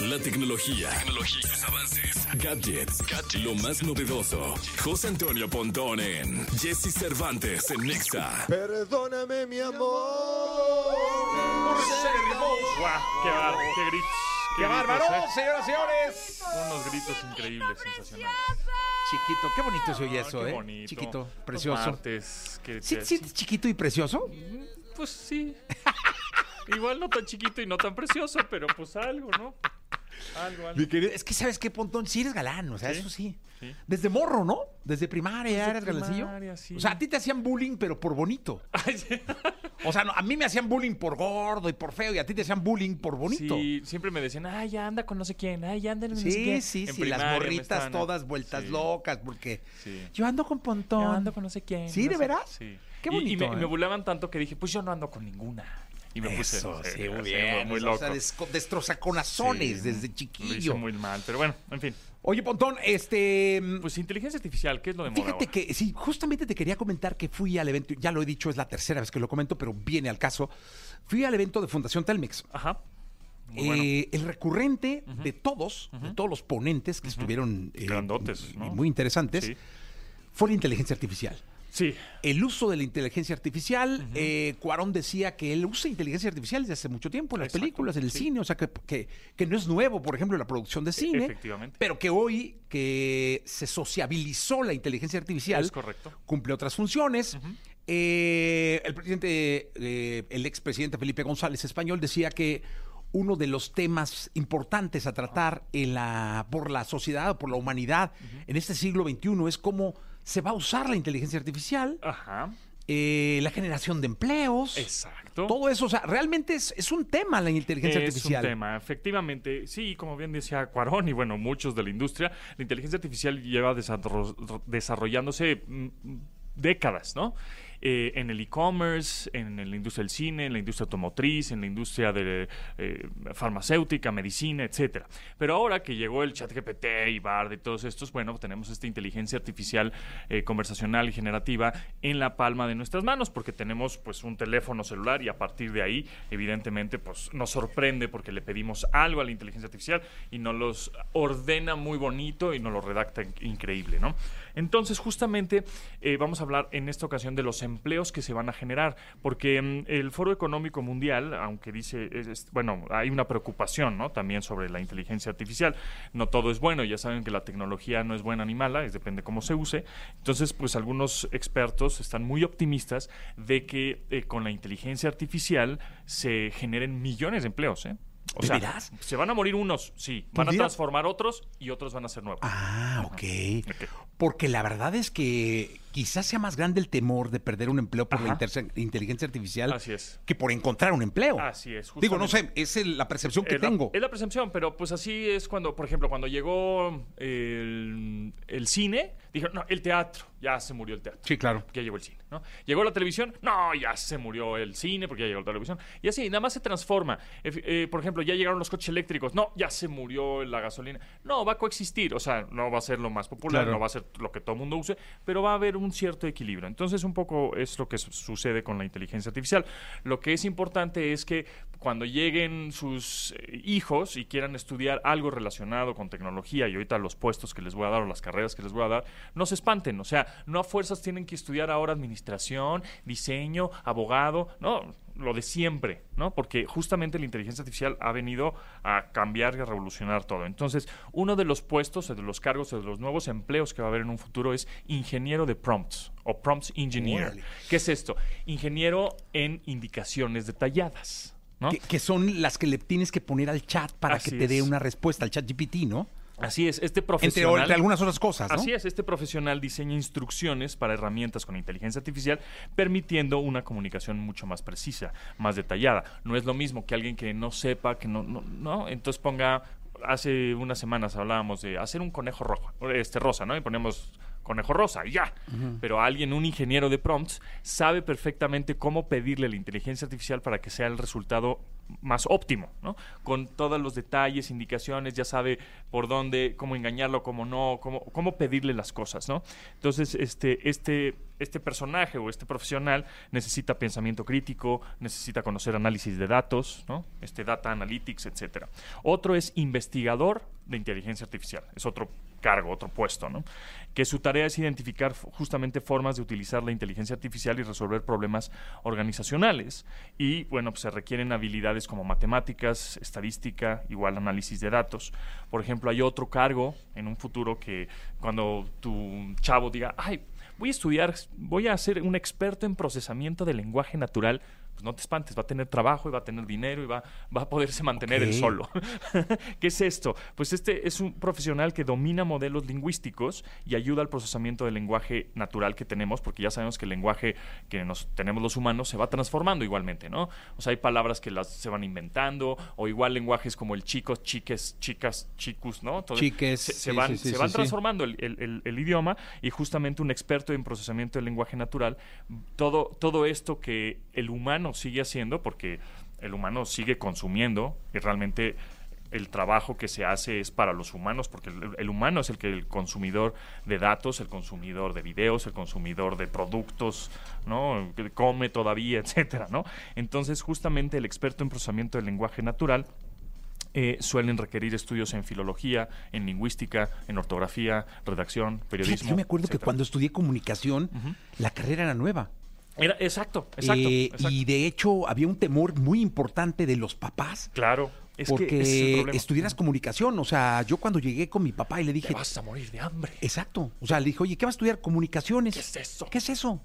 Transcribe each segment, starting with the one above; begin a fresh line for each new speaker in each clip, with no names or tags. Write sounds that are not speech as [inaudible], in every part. la tecnología, tecnología, sus avances, gadgets, gadgets, lo más novedoso. José Antonio Pontón en Jesse Cervantes en Nexa.
Perdóname, mi amor.
Por ser hermoso.
¡Guau! ¡Qué, bar- qué grits!
¡Qué bárbaro,
¿eh?
señoras y señores!
Unos gritos increíbles, sensacionales.
Chiquito, qué bonito se oye
Ah,
eso,
qué
¿eh?
bonito. Pues,
Chiquito,
Los
precioso.
martes, que
¿Sí,
te-
sí, es chiquito y precioso? [laughs]
Pues sí. Igual no tan chiquito y no tan precioso, pero pues algo, ¿no? Algo, algo.
Es que, ¿sabes qué, Pontón? Sí eres galán, o sea,
Sí,
eso sí.
sí.
Desde morro, ¿no? Desde primaria
Desde
eres
primaria,
galancillo.
sí.
O sea, a ti te hacían bullying, pero por bonito.
Ay, sí.
O sea, no, a mí me hacían bullying por gordo y por feo, y a ti te hacían bullying por bonito.
Sí, siempre me decían, ay, ya anda con no sé quién, ay, ya anda en no sé
Sí,
quién.
sí,
En
sí, las
primaria me
morritas
estaban-
todas vueltas
Sí,
locas, porque
Sí.
yo ando con Pontón.
Yo ando con no sé quién.
¿Sí,
no
de
sé-
veras?
Sí.
Qué
Y- y
bonito,
me-
¿eh?
me burlaban tanto que dije, pues yo no ando con ninguna. Y me puse.
Eso, sí, muy
sí,
bien.
Muy
o
loco.
sea, desco- destrozaconazones
Sí,
desde
Lo hice
chiquillo.
muy mal, pero bueno, en fin.
Oye, Pontón, este...
Pues inteligencia artificial, ¿qué es lo de moda?
Fíjate
ahora?
que, sí, justamente te quería comentar que fui al evento, ya lo he dicho, es la tercera vez que lo comento, pero viene al caso. Fui al evento de Fundación Telmex.
Ajá. Muy bueno.
Eh, El recurrente de todos, de todos los ponentes que estuvieron eh,
Grandotes, ¿no?
y muy interesantes,
Sí.
fue la inteligencia artificial.
Sí.
El uso de la inteligencia artificial, eh, Cuarón decía que él usa inteligencia artificial desde hace mucho tiempo en las
Exacto,
películas, en el
sí. E
cine, o sea, que, que- que no es nuevo, por ejemplo, en la producción de cine,
efectivamente.
pero que hoy que se sociabilizó la inteligencia artificial,
Es correcto.
cumple otras funciones. Eh, el presidente, eh, el expresidente Felipe González Español decía que uno de los temas importantes a tratar en la, por la sociedad, o por la humanidad en este siglo XXI es cómo se va a usar la inteligencia artificial,
Ajá.
eh, la generación de empleos,
Exacto.
todo eso. O sea, realmente es, es un tema la inteligencia
es
artificial.
un tema, efectivamente. Sí, como bien decía Cuarón y bueno, muchos de la industria, la inteligencia artificial lleva desarro- desarrollándose mm, décadas, ¿no? Eh, en el e-commerce, en, la industria del cine, en la industria automotriz, en la industria de eh, farmacéutica, medicina, etcétera. Pero ahora que llegó el chat GPT y Bard y todos estos, bueno, tenemos esta inteligencia artificial eh, conversacional y generativa en la palma de nuestras manos, porque tenemos pues un teléfono celular y a partir de ahí, evidentemente, pues nos sorprende porque le pedimos algo a la inteligencia artificial y nos los ordena muy bonito y nos lo redacta in- increíble, ¿no? Entonces, justamente eh, vamos a hablar en esta ocasión de los empleos que se van a generar, porque mm, el Foro Económico Mundial, aunque dice, es- es- bueno, hay una preocupación, ¿no? También sobre la inteligencia artificial. No todo es bueno, ya saben que la tecnología no es buena ni mala, es depende cómo se use. Entonces, pues algunos expertos están muy optimistas de que eh, con la inteligencia artificial se generen millones de empleos, ¿eh? O
¿De
sea,
veras?
se van a morir unos, sí. Van a
¿Pudiera?
transformar otros y otros van a ser nuevos.
Ah, ok. Porque la verdad es que quizás sea más grande el temor de perder un empleo por la
Ajá.
interse- inteligencia artificial
Así es.
que por encontrar un empleo.
Así es,
Digo, no sé,
justamente.
es el- la percepción que
es la-
tengo.
es la percepción, pero pues así es cuando, por ejemplo, cuando llegó el, el cine, dijeron, no, el teatro, ya se murió el teatro.
Sí, claro.
ya llegó el cine, ¿no? Llegó la televisión, no, ya se murió el cine porque ya llegó la televisión. Y así, nada más se transforma. Ef- eh, por ejemplo, ya llegaron los coches eléctricos, no, ya se murió la gasolina. No, va a coexistir, o sea, no va a ser lo más popular,
Claro.
no va a ser lo que todo el mundo use, pero va a haber un cierto equilibrio. Entonces, un poco es lo que su- sucede con la inteligencia artificial. Lo que es importante es que cuando lleguen sus eh, hijos y quieran estudiar algo relacionado con tecnología y ahorita los puestos que les voy a dar o las carreras que les voy a dar, no se espanten. O sea, no a fuerzas tienen que estudiar ahora administración, diseño, abogado, no, lo de siempre, ¿no? Porque justamente la inteligencia artificial ha venido a cambiar y a revolucionar todo. Entonces, uno de los puestos, de los cargos, de los nuevos empleos que va a haber en un futuro es ingeniero de prompts o prompts engineer.
Órale.
¿Qué es esto? Ingeniero en indicaciones detalladas. ¿no?
Que, que son las que le tienes que poner al chat para
Así
que te dé
es.
una respuesta al chat GPT, ¿no?
Así es, este
Entre,
profesional.
entre algunas otras cosas, ¿no?
Así es, este profesional diseña instrucciones para herramientas con inteligencia artificial, permitiendo una comunicación mucho más precisa, más detallada. No es lo mismo que alguien que no sepa, que no, no, no. entonces ponga, hace unas semanas hablábamos de hacer un conejo rojo, este rosa, ¿no? Y ponemos conejo rosa y ya. Pero alguien, un ingeniero de prompts, sabe perfectamente cómo pedirle a la inteligencia artificial para que sea el resultado más óptimo, ¿no? Con todos los detalles, indicaciones, ya sabe por dónde, cómo engañarlo, cómo no, cómo, cómo pedirle las cosas, ¿no? Entonces, este, este, este personaje o este profesional necesita pensamiento crítico, necesita conocer análisis de datos, ¿no? Este data analytics, etcétera. Otro es investigador de inteligencia artificial, es otro cargo, otro puesto, ¿no? Que su tarea es identificar f- justamente formas de utilizar la inteligencia artificial y resolver problemas organizacionales. Y bueno, pues se requieren habilidades como matemáticas, estadística, igual análisis de datos. Por ejemplo, hay otro cargo en un futuro que cuando tu chavo diga, ay, voy a estudiar, voy a ser un experto en procesamiento del lenguaje natural, pues no te espantes, va a tener trabajo y va a tener dinero y va, va a poderse mantener él
Ok.
solo. [laughs] ¿Qué es esto? Pues este es un profesional que domina modelos lingüísticos y ayuda al procesamiento del lenguaje natural que tenemos, porque ya sabemos que el lenguaje que nos tenemos los humanos se va transformando igualmente, ¿no? O sea, hay palabras que las se van inventando, o igual lenguajes como el chicos, chiques, chicas, chicus, ¿no? Todo-
Chiques,
se, se
sí,
van,
sí, sí,
se
sí,
van
sí.
transformando el, el- el- el idioma y justamente un experto en procesamiento del lenguaje natural, todo, todo esto que el humano sigue haciendo, porque el humano sigue consumiendo y realmente el trabajo que se hace es para los humanos, porque el, el humano es el que el consumidor de datos, el consumidor de videos, el consumidor de productos, ¿no? Que come todavía, [laughs] etcétera, ¿no? Entonces, justamente el experto en procesamiento del lenguaje natural eh, suelen requerir estudios en filología, en lingüística, en ortografía, redacción,
Fíjate,
periodismo.
yo me acuerdo que
etcétera.
cuando estudié comunicación, la carrera era nueva.
Era, exacto, exacto.
Eh,
exacto.
Y de hecho había un temor muy importante de los papás.
claro, es
porque
que ese es el problema.
estudiaras comunicación. O sea, yo cuando llegué con mi papá y le
Te
dije,
vas a morir de hambre.
exacto. O sea, le dije, oye, ¿qué vas a estudiar? Comunicaciones.
¿Qué es eso?
¿Qué es eso?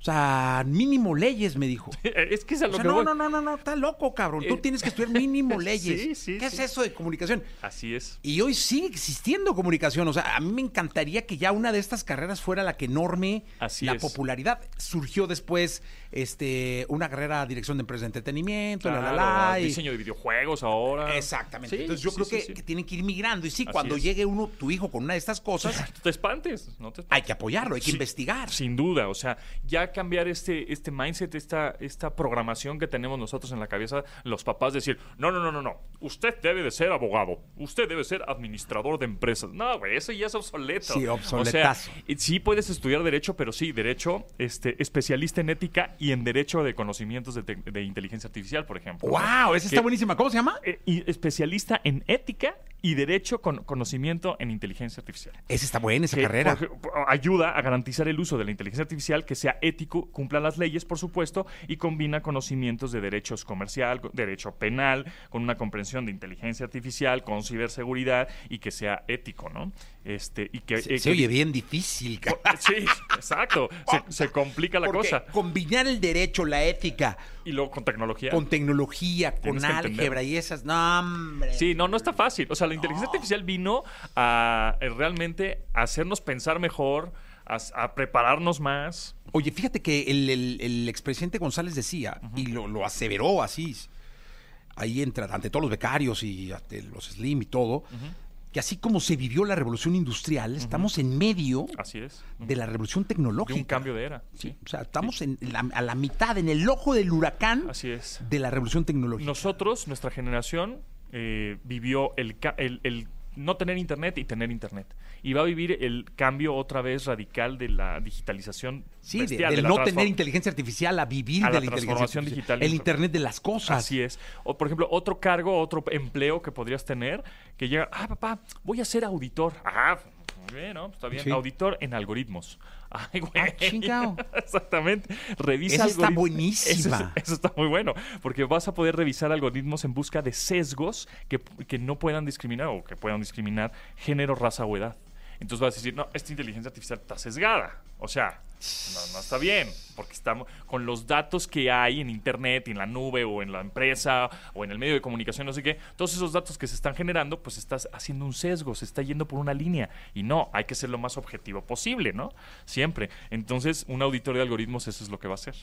O sea, mínimo leyes, me
[laughs]
dijo.
Eh, [laughs] Es que es a
O
lo
sea,
que
no,
voy.
no, no, no, no, está loco, cabrón. Tú
Eh,
tienes que estudiar mínimo
[laughs] sí,
leyes.
sí,
¿Qué
sí.
es eso de comunicación?
Así es.
Y hoy sigue existiendo comunicación. O sea, a mí me encantaría que ya una de estas carreras fuera la que norme
Así
la
es.
popularidad. Surgió después este, una carrera de dirección de empresas de entretenimiento, la, la,
Claro,
la. y-
Diseño de videojuegos ahora.
Exactamente.
Sí,
Entonces yo
sí,
creo
sí,
que,
sí.
que tienen que ir migrando. Y sí,
Así
cuando
es.
llegue uno, tu hijo, con una de estas [laughs] cosas,
No te espantes, no te espantes.
hay que apoyarlo, hay que
Sí,
investigar.
Sin duda, o sea, ya cambiar este, este mindset, esta, esta programación que tenemos nosotros en la cabeza, los papás decir, no, no, no, no, no, usted debe de ser abogado, usted debe ser administrador de empresas. No, güey, eso ya es obsoleto.
Sí,
O sea,
obsoletazo.
y Sí puedes estudiar derecho, pero sí, derecho, este, especialista en ética y en derecho de conocimientos de, tec- de inteligencia artificial, por ejemplo.
¡Wow! Esa está
Que-
buenísima. ¿Cómo se llama?
Eh, y especialista en ética y derecho con conocimiento en inteligencia artificial
Esa está buena, esa
que,
carrera.
por ej- ayuda a garantizar el uso de la inteligencia artificial que sea ético, cumpla las leyes, por supuesto, y combina conocimientos de derechos comercial, co- derecho penal, con una comprensión de inteligencia artificial, con ciberseguridad y que sea ético, ¿no? Este, y que,
se,
eh,
se
que-
oye bien difícil, cara.
[laughs] Sí, exacto.
[laughs]
Se, se complica [laughs] la
Porque
cosa.
Combinar el derecho, la ética,
Y luego con tecnología.
con tecnología, con
Tienes que entender.
álgebra y esas. No, hombre.
Sí, no, no está fácil. O sea, la inteligencia artificial vino a eh, realmente a hacernos pensar mejor, a, s- a prepararnos más.
Oye, fíjate que el, el- el expresidente González decía, y lo, lo aseveró así, ahí entra ante todos los becarios y ante los Slim y todo, que así como se vivió la revolución industrial, estamos en medio
Así es.
de la revolución
De
tecnológica.
un cambio de era. Sí.
O sea, estamos en la- a la mitad, en el ojo del huracán
Así es.
de la revolución tecnológica.
Nosotros, nuestra generación, eh, vivió el, ca- el- el no tener internet y tener internet. Y va a vivir el cambio otra vez radical de la digitalización.
Sí, de-
bestial,
del
de la
no
transfor-
tener inteligencia artificial a vivir
A
de la,
la
inteligencia
transformación
artificial.
digital.
El Internet de las cosas.
Así es. O, por ejemplo, otro cargo, otro empleo que podrías tener, que llega, ah, papá, voy a ser auditor. Ah, muy bien, ¿no? Está bien.
Sí.
Auditor en algoritmos. [laughs] Ay, güey.
Ah, chingao.
[laughs] Exactamente. Revisa
Esa está
algoritmos.
buenísima.
Eso, es- eso está muy bueno, porque vas a poder revisar algoritmos en busca de sesgos que, que no puedan discriminar o que puedan discriminar género, raza o edad. Entonces vas a decir, no, esta inteligencia artificial está sesgada. O sea, no, no está bien, porque estamos con los datos que hay en Internet, y en la nube, o en la empresa, o en el medio de comunicación, no sé qué, todos esos datos que se están generando, pues estás haciendo un sesgo, se está yendo por una línea. Y no, hay que ser lo más objetivo posible, ¿no? Siempre. Entonces, un auditorio de algoritmos, eso es lo que va a hacer.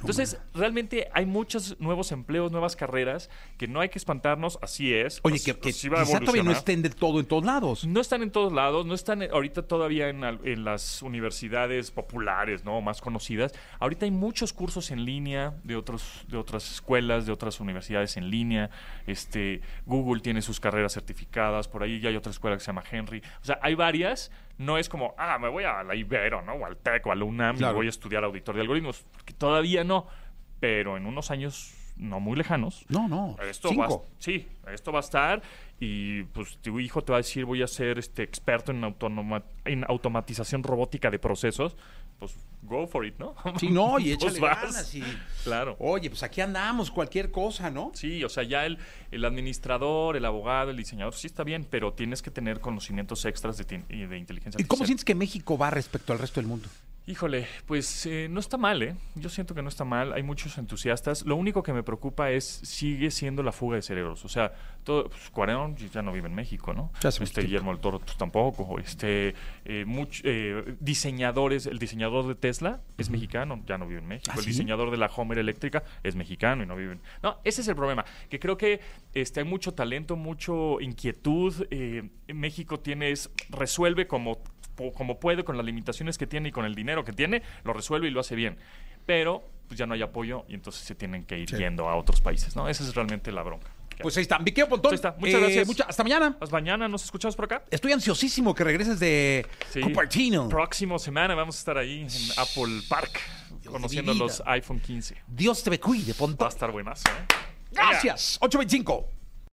Entonces, realmente hay muchos nuevos empleos, nuevas carreras, que no hay que espantarnos, así es.
Oye,
así-
que, que
así va a
quizá todavía no
evolucionar.
estén del todo en todos lados.
No están en todos lados, no están en- ahorita todavía en, al- en las universidades populares, ¿no? Más conocidas. Ahorita hay muchos cursos en línea de otros, de otras escuelas, de otras universidades en línea. Este, Google tiene sus carreras certificadas, por ahí ya hay otra escuela que se llama Henry. O sea, hay varias. No es como, ah, me voy a la Ibero, ¿no? O al TEC o a la UNAM
Claro.
y voy a estudiar auditor de algoritmos. Porque todavía no. Pero en unos años no muy lejanos,
No, no.
esto va,
Pues, cinco.
sí, esto va a estar y pues tu hijo te va a decir voy a ser este experto en, autonoma- en automatización robótica de procesos, pues go for it, ¿no? [laughs]
Sí, no, y
Pues
échale
vas.
ganas. Y...
Claro.
Oye, pues aquí andamos, cualquier cosa, ¿no?
Sí, o sea, ya el, el administrador, el abogado, el diseñador, sí está bien, pero tienes que tener conocimientos extras de, tin- y de inteligencia
¿Y cómo
artificial.
sientes que México va respecto al resto del mundo?
Híjole, pues eh, no está mal, ¿eh? Yo siento que no está mal, hay muchos entusiastas. Lo único que me preocupa es, sigue siendo la fuga de cerebros. O sea, todo, pues, Cuarón ya no vive en México, ¿no?
Ya hace mucho
Este
tiempo.
Guillermo del Toro pues, tampoco. Este, eh, much- eh, diseñadores, el diseñador de Tesla es mexicano, ya no vive en México.
¿Ah,
el
sí?
diseñador de la Homer eléctrica es mexicano y no vive en... No, ese es el problema, que creo que este, hay mucho talento, mucho inquietud. eh, México tiene, es- resuelve como po- como puede, con las limitaciones que tiene y con el dinero que tiene, lo resuelve y lo hace bien. Pero pues ya no hay apoyo y entonces se tienen que ir yendo a otros países, ¿no? Esa es realmente la bronca. que
Pues ahí
hay.
está, Viqueo Pontón. Eh,
Ahí está, muchas gracias.
mucha- hasta mañana.
Hasta mañana, ¿nos escuchamos por acá?
Estoy ansiosísimo que regreses de
Sí.
Cupertino.
Próximo semana vamos a estar ahí en Apple Park, conociendo
mi vida.
los iPhone 15.
Dios te cuide,
Va a
Pontón.
estar buenazo, ¿eh?
Gracias. 825.